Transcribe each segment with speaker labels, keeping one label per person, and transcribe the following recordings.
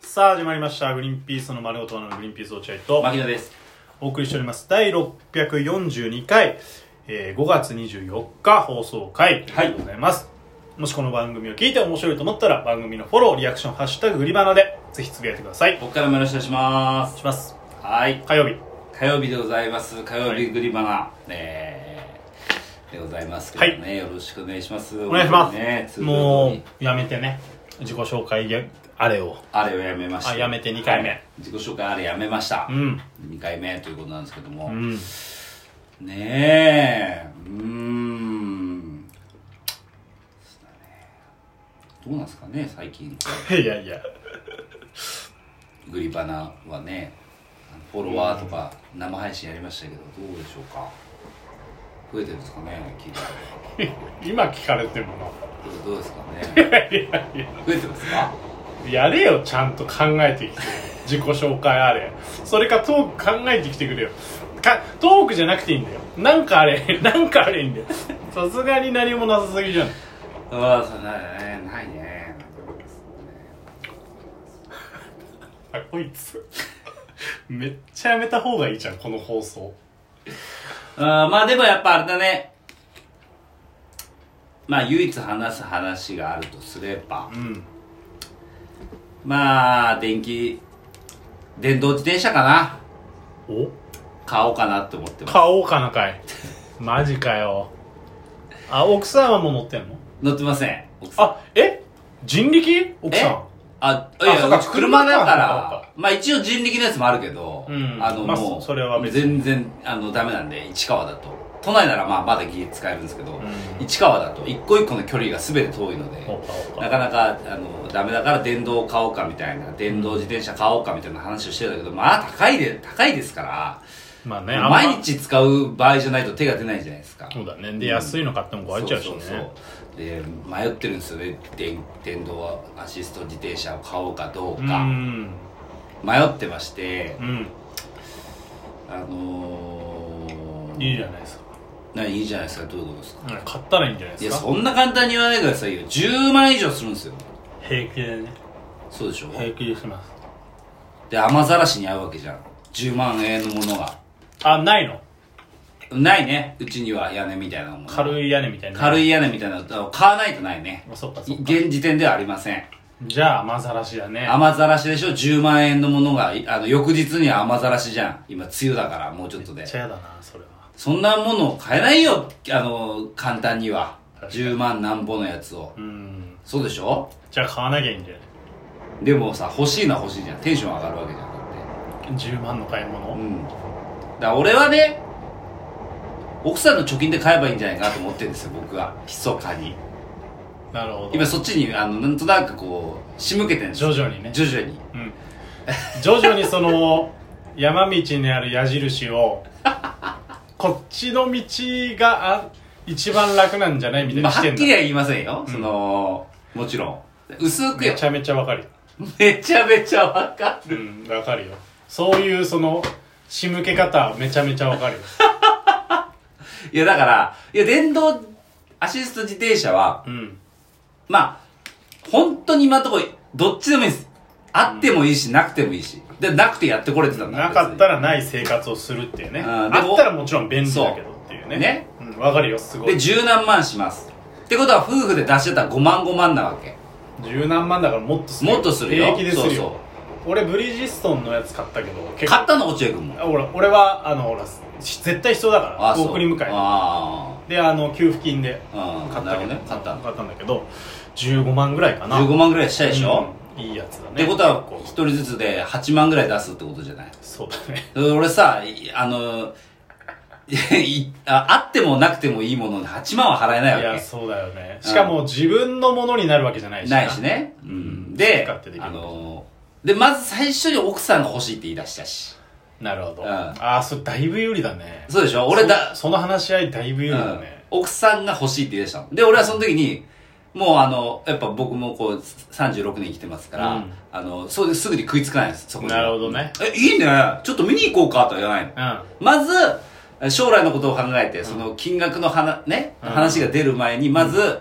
Speaker 1: さあ始まりました「グリーンピースの丸ごとのグリーンピース落合」と
Speaker 2: 牧野です
Speaker 1: お送りしております第642回、えー5月24日放送回ということでございます、もしこの番組を聞いて面白いと思ったら番組のフォローリアクション「ハッシュタググリバナ」でぜひつぶやいてくださいお願
Speaker 2: 僕からもよろしくお願いしま
Speaker 1: い
Speaker 2: す
Speaker 1: します
Speaker 2: はい
Speaker 1: 火曜日
Speaker 2: 火曜日でございます火曜日グリバナ、えーでございますけどね、よろしくお願いしますお
Speaker 1: お願いします、
Speaker 2: ね、通常通り
Speaker 1: もうやめてね自己紹介やあれを
Speaker 2: あれをやめました
Speaker 1: あやめて二回目
Speaker 2: はい自己紹介あれやめました、
Speaker 1: うん
Speaker 2: 二2回目ということなんですけども、
Speaker 1: うん
Speaker 2: ねえうーんどうなんですかね最近
Speaker 1: いやいや
Speaker 2: グリバナはねフォロワーとか生配信やりましたけどどうでしょうか増えてるんですかね聞いて
Speaker 1: 今聞かれても
Speaker 2: どうどうですか ね増えてますか
Speaker 1: やれよちゃんと考えてきて自己紹介あれそれかトーク考えてきてくれよかトークじゃなくていいんだよなんかあれ なんかあれいいんだよさすがに何もなさすぎじゃん
Speaker 2: ああそうだねないね
Speaker 1: あこいつ めっちゃやめた方がいいじゃんこの放送
Speaker 2: あーまあでもやっぱあれだねまあ唯一話す話があるとすれば
Speaker 1: うん
Speaker 2: まあ電気電動自転車かな
Speaker 1: お
Speaker 2: 買おうかなって思ってます
Speaker 1: 買おうかなかいマジかよあ奥さんはもう乗ってんの
Speaker 2: 乗ってません奥さん
Speaker 1: あえ人力奥さん
Speaker 2: あ、いや
Speaker 1: あそうか
Speaker 2: いや、うち車だか、
Speaker 1: 車から
Speaker 2: まあ一応人力のやつもあるけど、
Speaker 1: うん
Speaker 2: あの、
Speaker 1: まあ
Speaker 2: もう、
Speaker 1: それは別
Speaker 2: 全然、あの、ダメなんで、市川だと。都内ならまあまだギリ使えるんですけど、
Speaker 1: ん
Speaker 2: 市川だと一個一個の距離が全て遠いので、
Speaker 1: そうかそうか
Speaker 2: なかなか、あの、ダメだから電動を買おうかみたいな、電動自転車買おうかみたいな話をしてたけど、まあ高いで、高いですから、
Speaker 1: まあねあんま
Speaker 2: 毎日使う場合じゃないと手が出ないじゃないですか。
Speaker 1: そうだねで安いの買っても壊れちゃうしね
Speaker 2: そうそうそうで迷ってるんですよね電電動アシスト自転車を買おうかどう
Speaker 1: う
Speaker 2: か
Speaker 1: ん
Speaker 2: 迷ってまして
Speaker 1: うん
Speaker 2: あのー、
Speaker 1: いいじゃないですか
Speaker 2: ないいじゃないですかどういうことですか
Speaker 1: うん買ったらいいんじゃない
Speaker 2: い
Speaker 1: で
Speaker 2: や
Speaker 1: すか
Speaker 2: そんな簡単に言わないでくださいよ10万円以上するんですよ
Speaker 1: 平気でね
Speaker 2: そうでしょ
Speaker 1: 平気でします
Speaker 2: で雨ざらしに合うわけじゃん10万円のものが
Speaker 1: あないの
Speaker 2: ないねうちには屋根みたいなもの
Speaker 1: 軽い屋根みたいな
Speaker 2: 軽
Speaker 1: い
Speaker 2: い屋根みたいなの買わないとないね
Speaker 1: そっかそっか
Speaker 2: 現時点ではありません
Speaker 1: じゃあ雨ざらしだね
Speaker 2: 雨ざらしでしょ10万円のものがいあの翌日には雨ざらしじゃん今梅雨だからもうちょっと
Speaker 1: め
Speaker 2: で
Speaker 1: っちゃやだなそれは
Speaker 2: そんなものを買えないよあの簡単には
Speaker 1: 確かに
Speaker 2: 10万なんぼのやつを
Speaker 1: うん
Speaker 2: そうでしょ
Speaker 1: じゃあ買わなきゃいいんじゃない
Speaker 2: でもさ欲しいのは欲しいじゃんテンション上がるわけじゃんだ
Speaker 1: 10
Speaker 2: っ
Speaker 1: 万の買い
Speaker 2: てう
Speaker 1: 物
Speaker 2: んだから俺はね奥さんの貯金で買えばいいんじゃないかなと思ってるんですよ僕は密かに
Speaker 1: なるほど
Speaker 2: 今そっちにあのなんとなくこう仕向けてるんです
Speaker 1: 徐
Speaker 2: よ
Speaker 1: 々にね
Speaker 2: 徐々に
Speaker 1: うん徐々にその山道にある矢印 をこっちの道があ一番楽なんじゃないみたいに
Speaker 2: まあ
Speaker 1: し
Speaker 2: は
Speaker 1: て
Speaker 2: っ
Speaker 1: ん
Speaker 2: きり
Speaker 1: だ
Speaker 2: は言いませんよ、そのもちろん薄くよ
Speaker 1: めちゃめちゃわかるよ
Speaker 2: めちゃめちゃわかる。
Speaker 1: うんわかるよそういうその仕向け方めちゃめちゃわかるよ
Speaker 2: いや、だから、いや、電動アシスト自転車は、
Speaker 1: うん
Speaker 2: まあ、本当に今のところ、どっちでもいいです。あってもいいし、なくてもいいし。で、なくてやってこれてたんだ
Speaker 1: なかった
Speaker 2: ら。
Speaker 1: らない生活をするっていうねあ
Speaker 2: あーでも
Speaker 1: ったらもちろん便利だけどっていうね
Speaker 2: ね
Speaker 1: うん、わかるよすご
Speaker 2: で、
Speaker 1: い
Speaker 2: 十何万します。ってことは、夫婦で出してたら5万5万なわけ。
Speaker 1: 十何万だからもっとする
Speaker 2: もっとするよ。
Speaker 1: 平気でするよ
Speaker 2: そうそ
Speaker 1: 俺ブリヂストンのやつ買ったけど
Speaker 2: う。
Speaker 1: 結構
Speaker 2: 買ったの落合君も。
Speaker 1: あほら俺はあのほらし絶対必要だから
Speaker 2: そう
Speaker 1: 送り迎え
Speaker 2: あ
Speaker 1: であの給付金で
Speaker 2: あ。うん。
Speaker 1: 買
Speaker 2: 買
Speaker 1: っけ
Speaker 2: ったたの
Speaker 1: ど
Speaker 2: ね。買ったの。
Speaker 1: 買ったんだけど15万ぐらいかな
Speaker 2: 15万ぐらいしたでしょ、
Speaker 1: うんいいやつだね
Speaker 2: ってことは
Speaker 1: 結、構
Speaker 2: 一人ずつで8万ぐらい出すってことじゃない
Speaker 1: そうだね
Speaker 2: 俺さ、いあの、 いああってもなくてもいいもので8万は払えない
Speaker 1: い
Speaker 2: わ
Speaker 1: や
Speaker 2: け。
Speaker 1: そうだよねしかも自分のものになるわけじゃないし
Speaker 2: ないしね。うん、で
Speaker 1: 使ってでき、る
Speaker 2: あの、で、まず最初に奥さんが欲しいって言い出したし。
Speaker 1: なるほど、
Speaker 2: うん
Speaker 1: ああそれだいぶ有利だね
Speaker 2: そうでしょ俺だ、
Speaker 1: そその話し合いだいぶ有
Speaker 2: う
Speaker 1: 利だ
Speaker 2: ん
Speaker 1: ね、
Speaker 2: 奥さんが欲しいって言い出したの。で、俺はその時に、もうあの、やっぱ僕もこう、36年生きてますから、
Speaker 1: うん
Speaker 2: あの、そうですぐに食いつかないんです、そこに。
Speaker 1: なるほどね
Speaker 2: え、いいねちょっと見に行こうかとは言わないの。
Speaker 1: うん
Speaker 2: まず、将来のことを考えて、その金額の話、ね、
Speaker 1: うん
Speaker 2: 話が出る前に、まず、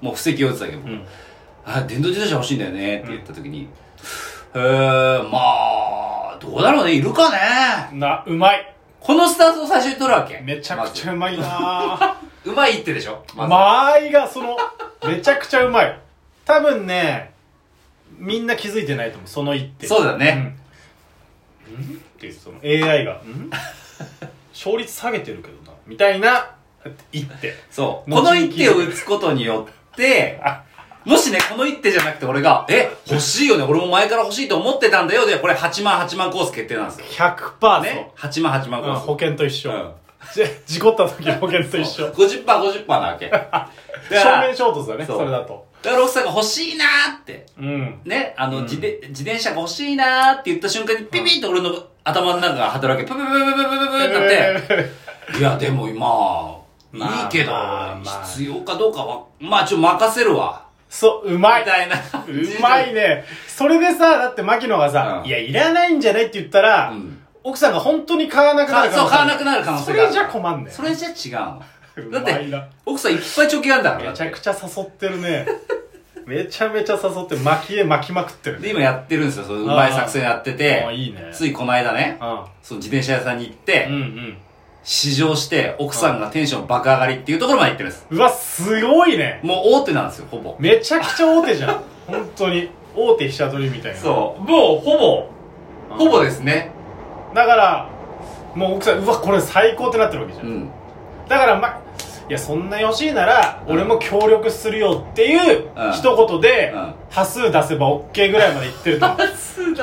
Speaker 2: もう布石を打つだけ、
Speaker 1: うん
Speaker 2: あ、電動自転車欲しいんだよねって言った時に、へえまあどうだろうねいるかね
Speaker 1: なうまい
Speaker 2: このスタートを最初に取るわけ
Speaker 1: めちゃくちゃ
Speaker 2: ま
Speaker 1: うまいな
Speaker 2: ずうまいってでしょまず
Speaker 1: 間合いがそのめちゃくちゃうまい多分ねみんな気づいてないと思うその一手
Speaker 2: そうだね、
Speaker 1: うん、んっていうその AI が ん勝率下げてるけどなみたいな一 手
Speaker 2: そう
Speaker 1: 後
Speaker 2: こ
Speaker 1: に
Speaker 2: の一手を打つことによって
Speaker 1: あ
Speaker 2: もしね、この一手じゃなくて俺が、え、欲しいよね、俺も前から欲しいと思ってたんだよ、で、これ8万8万コース決定なんですよ。
Speaker 1: 100%
Speaker 2: ね
Speaker 1: ね、
Speaker 2: 8万8万コ
Speaker 1: うん、
Speaker 2: ース。
Speaker 1: 保険と一緒、
Speaker 2: うん
Speaker 1: じ事故った時の保険と一緒
Speaker 2: 50%、50%なわけ。だか
Speaker 1: 正面
Speaker 2: ら、
Speaker 1: 衝突だね
Speaker 2: そ
Speaker 1: そうれだと
Speaker 2: だから奥さんが欲しいなーって、
Speaker 1: うん
Speaker 2: ね、あの、
Speaker 1: うん
Speaker 2: 自転自転車が欲しいなーって言った瞬間に、ピピッと俺の頭の中が働くわけ、ププププププププってなって、いや、でも今、
Speaker 1: まあ
Speaker 2: いいけど
Speaker 1: まあま、あ
Speaker 2: 必要かどうかは、まあちょ、任せるわ。
Speaker 1: そうう
Speaker 2: み
Speaker 1: まい
Speaker 2: たいな感じで
Speaker 1: うまいねそれでさだって牧野がさ、
Speaker 2: うん
Speaker 1: いやいらないんじゃないって言ったら、
Speaker 2: うん
Speaker 1: 奥さんが本当に買わなくなる
Speaker 2: そう、買わなく
Speaker 1: る
Speaker 2: なる可能性
Speaker 1: そ
Speaker 2: があ
Speaker 1: れ
Speaker 2: る。
Speaker 1: じゃ困んね
Speaker 2: それじゃ違うの。だ
Speaker 1: う
Speaker 2: っ
Speaker 1: まい
Speaker 2: て、
Speaker 1: な
Speaker 2: 奥さんいっぱい貯金あるんだから。
Speaker 1: めちゃくちゃ誘ってる ねめちゃめちゃ誘って巻き絵巻きまくってるね
Speaker 2: で、今やってるんですよ。そのうまい作戦やっ
Speaker 1: あ
Speaker 2: て
Speaker 1: あ
Speaker 2: て。
Speaker 1: いいね
Speaker 2: ついこの間ね、
Speaker 1: あ
Speaker 2: その自転車屋さんに行っ
Speaker 1: あうんう
Speaker 2: て、
Speaker 1: ん
Speaker 2: 試乗して、奥さんがテンション爆上がりっていうところまで行ってるんです。
Speaker 1: うわすごいね
Speaker 2: もう大手なんですよ、ほぼ。
Speaker 1: めちゃくちゃ大手じゃ ん本当に大手飛車取りみたいな
Speaker 2: そう。もう、ほ
Speaker 1: う
Speaker 2: ぼ、
Speaker 1: ん
Speaker 2: ほぼですね。
Speaker 1: だからもう奥さんうわこれ最高ってなってるわけじゃ、
Speaker 2: うんん。
Speaker 1: だからまいやそんな欲しいなら
Speaker 2: うん
Speaker 1: 俺も協力するよっていう
Speaker 2: うん
Speaker 1: 一言で
Speaker 2: うん
Speaker 1: 端数出せば OK ぐらいまでいって ると思う
Speaker 2: 数出す。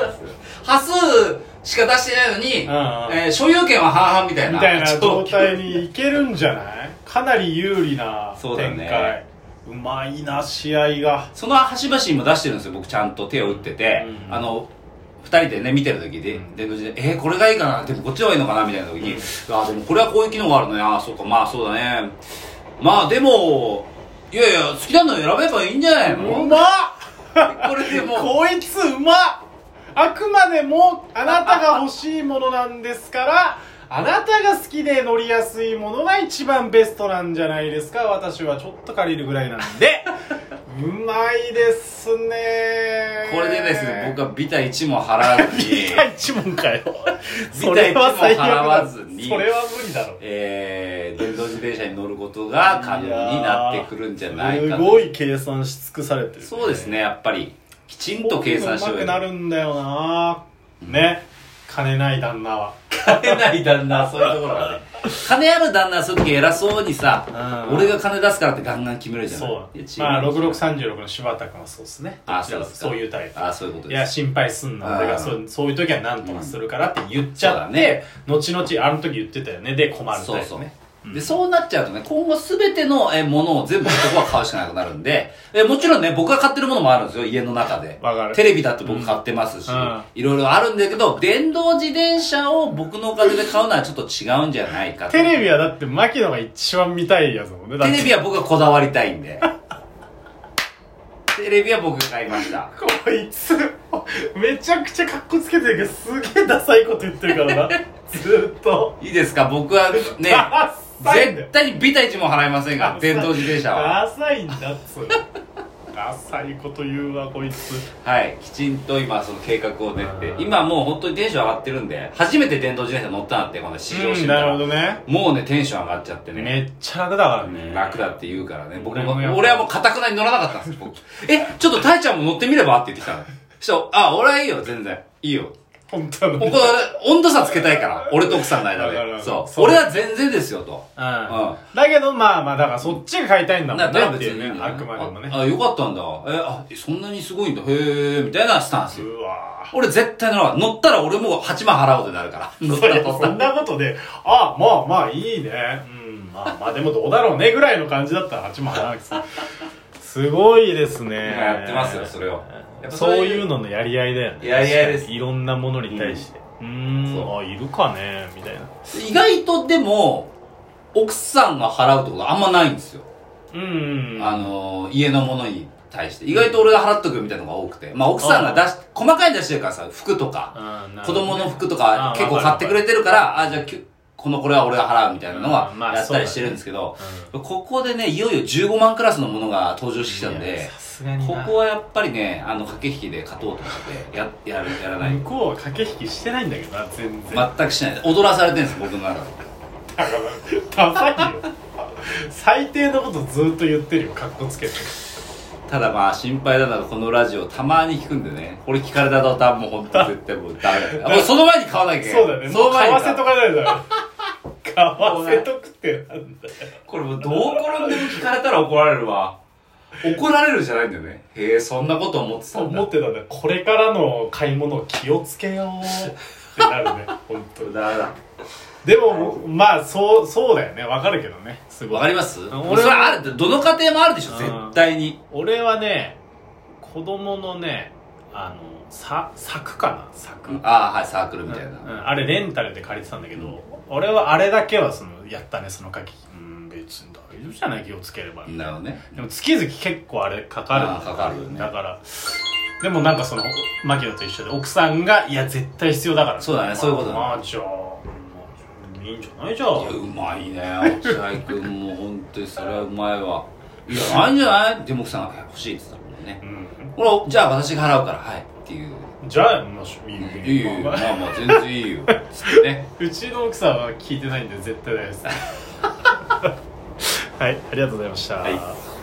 Speaker 2: 端数しか出してないのに、
Speaker 1: うんうん
Speaker 2: えー所有権は半々みたいな。
Speaker 1: みたいな
Speaker 2: 状
Speaker 1: 状
Speaker 2: 況
Speaker 1: 態にいけるんじゃないかなり有利な
Speaker 2: そうだ
Speaker 1: 展開う,、
Speaker 2: ね
Speaker 1: まいな試合が
Speaker 2: その端々にも出してるんですよ僕ちゃんと手を打ってて、
Speaker 1: うん
Speaker 2: あの2人でね見てる時で
Speaker 1: うん
Speaker 2: 電動自転車えーこれがいいかなでもこっちの方がいいのかなみたいな時に、
Speaker 1: うん
Speaker 2: あーでもこれはこういう機能があるのねああそうかまあそうだねまあでもいやいや好きなの選べばいいんじゃないうの、
Speaker 1: まっ
Speaker 2: これでもう
Speaker 1: こいつうまっあくまでもあなたが欲しいものなんですからあなたが好きで乗りやすいものが一番ベストなんじゃないですか私はちょっと借りるぐらいなん でうまいですね
Speaker 2: これでですね僕はビタ1も払わずに
Speaker 1: ビタ一問かよ
Speaker 2: ビタ
Speaker 1: それ
Speaker 2: 一問
Speaker 1: は最悪
Speaker 2: 払わ
Speaker 1: だ
Speaker 2: ず
Speaker 1: そ
Speaker 2: に
Speaker 1: れは無理だろ
Speaker 2: えー、電動自転車に乗ることが可能になってくるんじゃないか
Speaker 1: す
Speaker 2: と
Speaker 1: ごい計算し尽くされてる
Speaker 2: そうですねやっぱりきちんと計算しよ
Speaker 1: こ
Speaker 2: う
Speaker 1: う いうの上手くなるんだよなね金ない旦那は
Speaker 2: 金ない旦那そういうところがね金ある旦那はそういう時偉そうにさ、
Speaker 1: うん
Speaker 2: 俺が金出すからってガンガン決めるじゃない
Speaker 1: そう
Speaker 2: いや違
Speaker 1: まあ
Speaker 2: うんですよ
Speaker 1: 6636の柴田君はそうですね
Speaker 2: あそうですか
Speaker 1: そういうタイプ
Speaker 2: あそういうこと
Speaker 1: い
Speaker 2: で
Speaker 1: や
Speaker 2: す
Speaker 1: 心配すんな
Speaker 2: あー
Speaker 1: 俺がそうそういう時は何とかするからって言っちゃっ
Speaker 2: うんそうだね
Speaker 1: て、後々あの時言ってたよねで困るタイプ
Speaker 2: そう
Speaker 1: ね
Speaker 2: そう、
Speaker 1: うん
Speaker 2: でそうなっちゃうとね今後全てのえものを全部男は買うしかなくなるんでえもちろんね僕が買ってるものもあるんですよ家の中で
Speaker 1: わかる
Speaker 2: テレビだって僕買ってますし、
Speaker 1: うんうん
Speaker 2: いろいろあるんだけど電動自転車を僕のお金で買うのはちょっと違うんじゃないかと
Speaker 1: テレビはだって牧野が一番見たいやつだもんねだっ
Speaker 2: テ
Speaker 1: て
Speaker 2: レビは僕はこだわりたいんで テレビは僕が買いました
Speaker 1: こいつめちゃくちゃカッコつけてるけどすげえダサいこと言ってる からなずーっと
Speaker 2: いいですか僕は ね
Speaker 1: ダサいんだよ
Speaker 2: 絶対にビタ一も払いませんから電動自転車は
Speaker 1: ダサいんだっつうダサいこと言うわこいつ
Speaker 2: はいきちんと今その計画を練って
Speaker 1: うん
Speaker 2: 今もう本当にテンション上がってるんで初めて電動自転車乗ったなってこの試乗してみた
Speaker 1: なる
Speaker 2: ら
Speaker 1: ほどね
Speaker 2: もうねテンション上がっちゃってね
Speaker 1: めっちゃ楽だからね
Speaker 2: 楽だって言うからね僕
Speaker 1: 俺もやっ
Speaker 2: も
Speaker 1: ぱ
Speaker 2: 俺はもうかたくなに乗らなかったんですよ僕えちょっとたいちゃんも乗ってみればって言ってきたのそしたらあ俺はいいよ全然いいよ
Speaker 1: 本当
Speaker 2: こ
Speaker 1: の
Speaker 2: こ温度差つけたいから俺と奥さんの間
Speaker 1: わかるわか
Speaker 2: で
Speaker 1: る
Speaker 2: そう
Speaker 1: そう
Speaker 2: 俺は全然ですよと
Speaker 1: う
Speaker 2: うん
Speaker 1: んだけどまあまあだからそっちが買いたいんだも
Speaker 2: なんな
Speaker 1: ね
Speaker 2: ら
Speaker 1: って
Speaker 2: 別
Speaker 1: いう
Speaker 2: にいいん
Speaker 1: ね
Speaker 2: だよ
Speaker 1: あくまでもね
Speaker 2: ああよかったんだえあそんなにすごいんだへえみたいなスタンス
Speaker 1: うわ
Speaker 2: 俺絶対乗らない乗ったら俺もう8万払おうとなるから乗ったら乗っ
Speaker 1: そんなことであまあまあいいねうんまあまあでもどうだろうねぐらいの感じだったら8万払わなくてすごいですね
Speaker 2: 今やってますよそれをやっぱ
Speaker 1: そういう
Speaker 2: の
Speaker 1: ののやり合いだよね
Speaker 2: やり合いです
Speaker 1: いろんなものに対してうーん
Speaker 2: そ
Speaker 1: あいるかねみたいな
Speaker 2: 意外とでも奥さんが払うってことはあんまないんですよ、
Speaker 1: うん
Speaker 2: あのー家のものに対して意外と俺が払っとくみたいなのが多くてまあ奥さんが出し細かいの出してるからさ服とか
Speaker 1: あーなる
Speaker 2: 子
Speaker 1: ほどね
Speaker 2: 供の服と
Speaker 1: あ
Speaker 2: か
Speaker 1: ー
Speaker 2: 結構買ってくれてるからあじゃあきゅこのこれは俺が払うみたいなのは
Speaker 1: うんまあ
Speaker 2: やったりしてるんですけど、
Speaker 1: う
Speaker 2: ここでね、いよいよ15万クラスのものが登場してきたん
Speaker 1: いや
Speaker 2: で
Speaker 1: さ、すがに
Speaker 2: こ
Speaker 1: な
Speaker 2: こはやっぱりね、あの、駆け引きで勝とうと思って、や、やる、やらない
Speaker 1: 向。こうは駆け引きしてないんだけどな全然、
Speaker 2: 全くしない。踊らされてるんです、僕の中で。
Speaker 1: 高いよ最低のことずっと言ってるよかっこつけて
Speaker 2: ただまあ心配なのがこのラジオたまに聞くんでねこれ聞かれた途端もう本当絶対もうダメだねあもうその前に買わなきゃいけない
Speaker 1: そうだね
Speaker 2: その
Speaker 1: もう買
Speaker 2: 前に
Speaker 1: わ
Speaker 2: 買
Speaker 1: せ
Speaker 2: う
Speaker 1: とかないだろ買わせとくってなんだよ
Speaker 2: これもうどう転んでも聞かれたら怒られるわ怒られるじゃないんだよねへえそんなこと思ってたんだ
Speaker 1: 思ってたんだこれからの買い物を気をつけようってなる ね本当に
Speaker 2: ダメだ
Speaker 1: でもまあそうそうだよねわかるけどねすごい
Speaker 2: わかります
Speaker 1: 俺
Speaker 2: そ
Speaker 1: も
Speaker 2: れはあるどの家庭もあるでしょ
Speaker 1: うん
Speaker 2: 絶対に
Speaker 1: 俺はね子供のねあのさ柵かな柵、
Speaker 2: ああはいサークルみたいな、
Speaker 1: うん、あれレンタルで借りてたんだけど、俺はあれだけはそのやったねその書きうん別に大丈夫じゃない気をつければ、
Speaker 2: なるほどね
Speaker 1: でも月々結構あれかかるんだよ
Speaker 2: あーかかるよね
Speaker 1: だからでもなんかその牧野と一緒で奥さんがいや絶対必要だから
Speaker 2: そうだねそういうことだね
Speaker 1: まあじゃあまあいいんじゃないじゃあ
Speaker 2: いやうまいね落合君も本当にそれはうまいわいやないんじゃないでも奥さんがえ欲しいって言ったもんね
Speaker 1: うん
Speaker 2: ほらじゃあ私が払うからはいっていう
Speaker 1: じゃあもういいよ
Speaker 2: いいよいいよまあまあ全然いいよつってね
Speaker 1: うちの奥さん は聞いてないんで絶対ないですはいありがとうございました、
Speaker 2: はい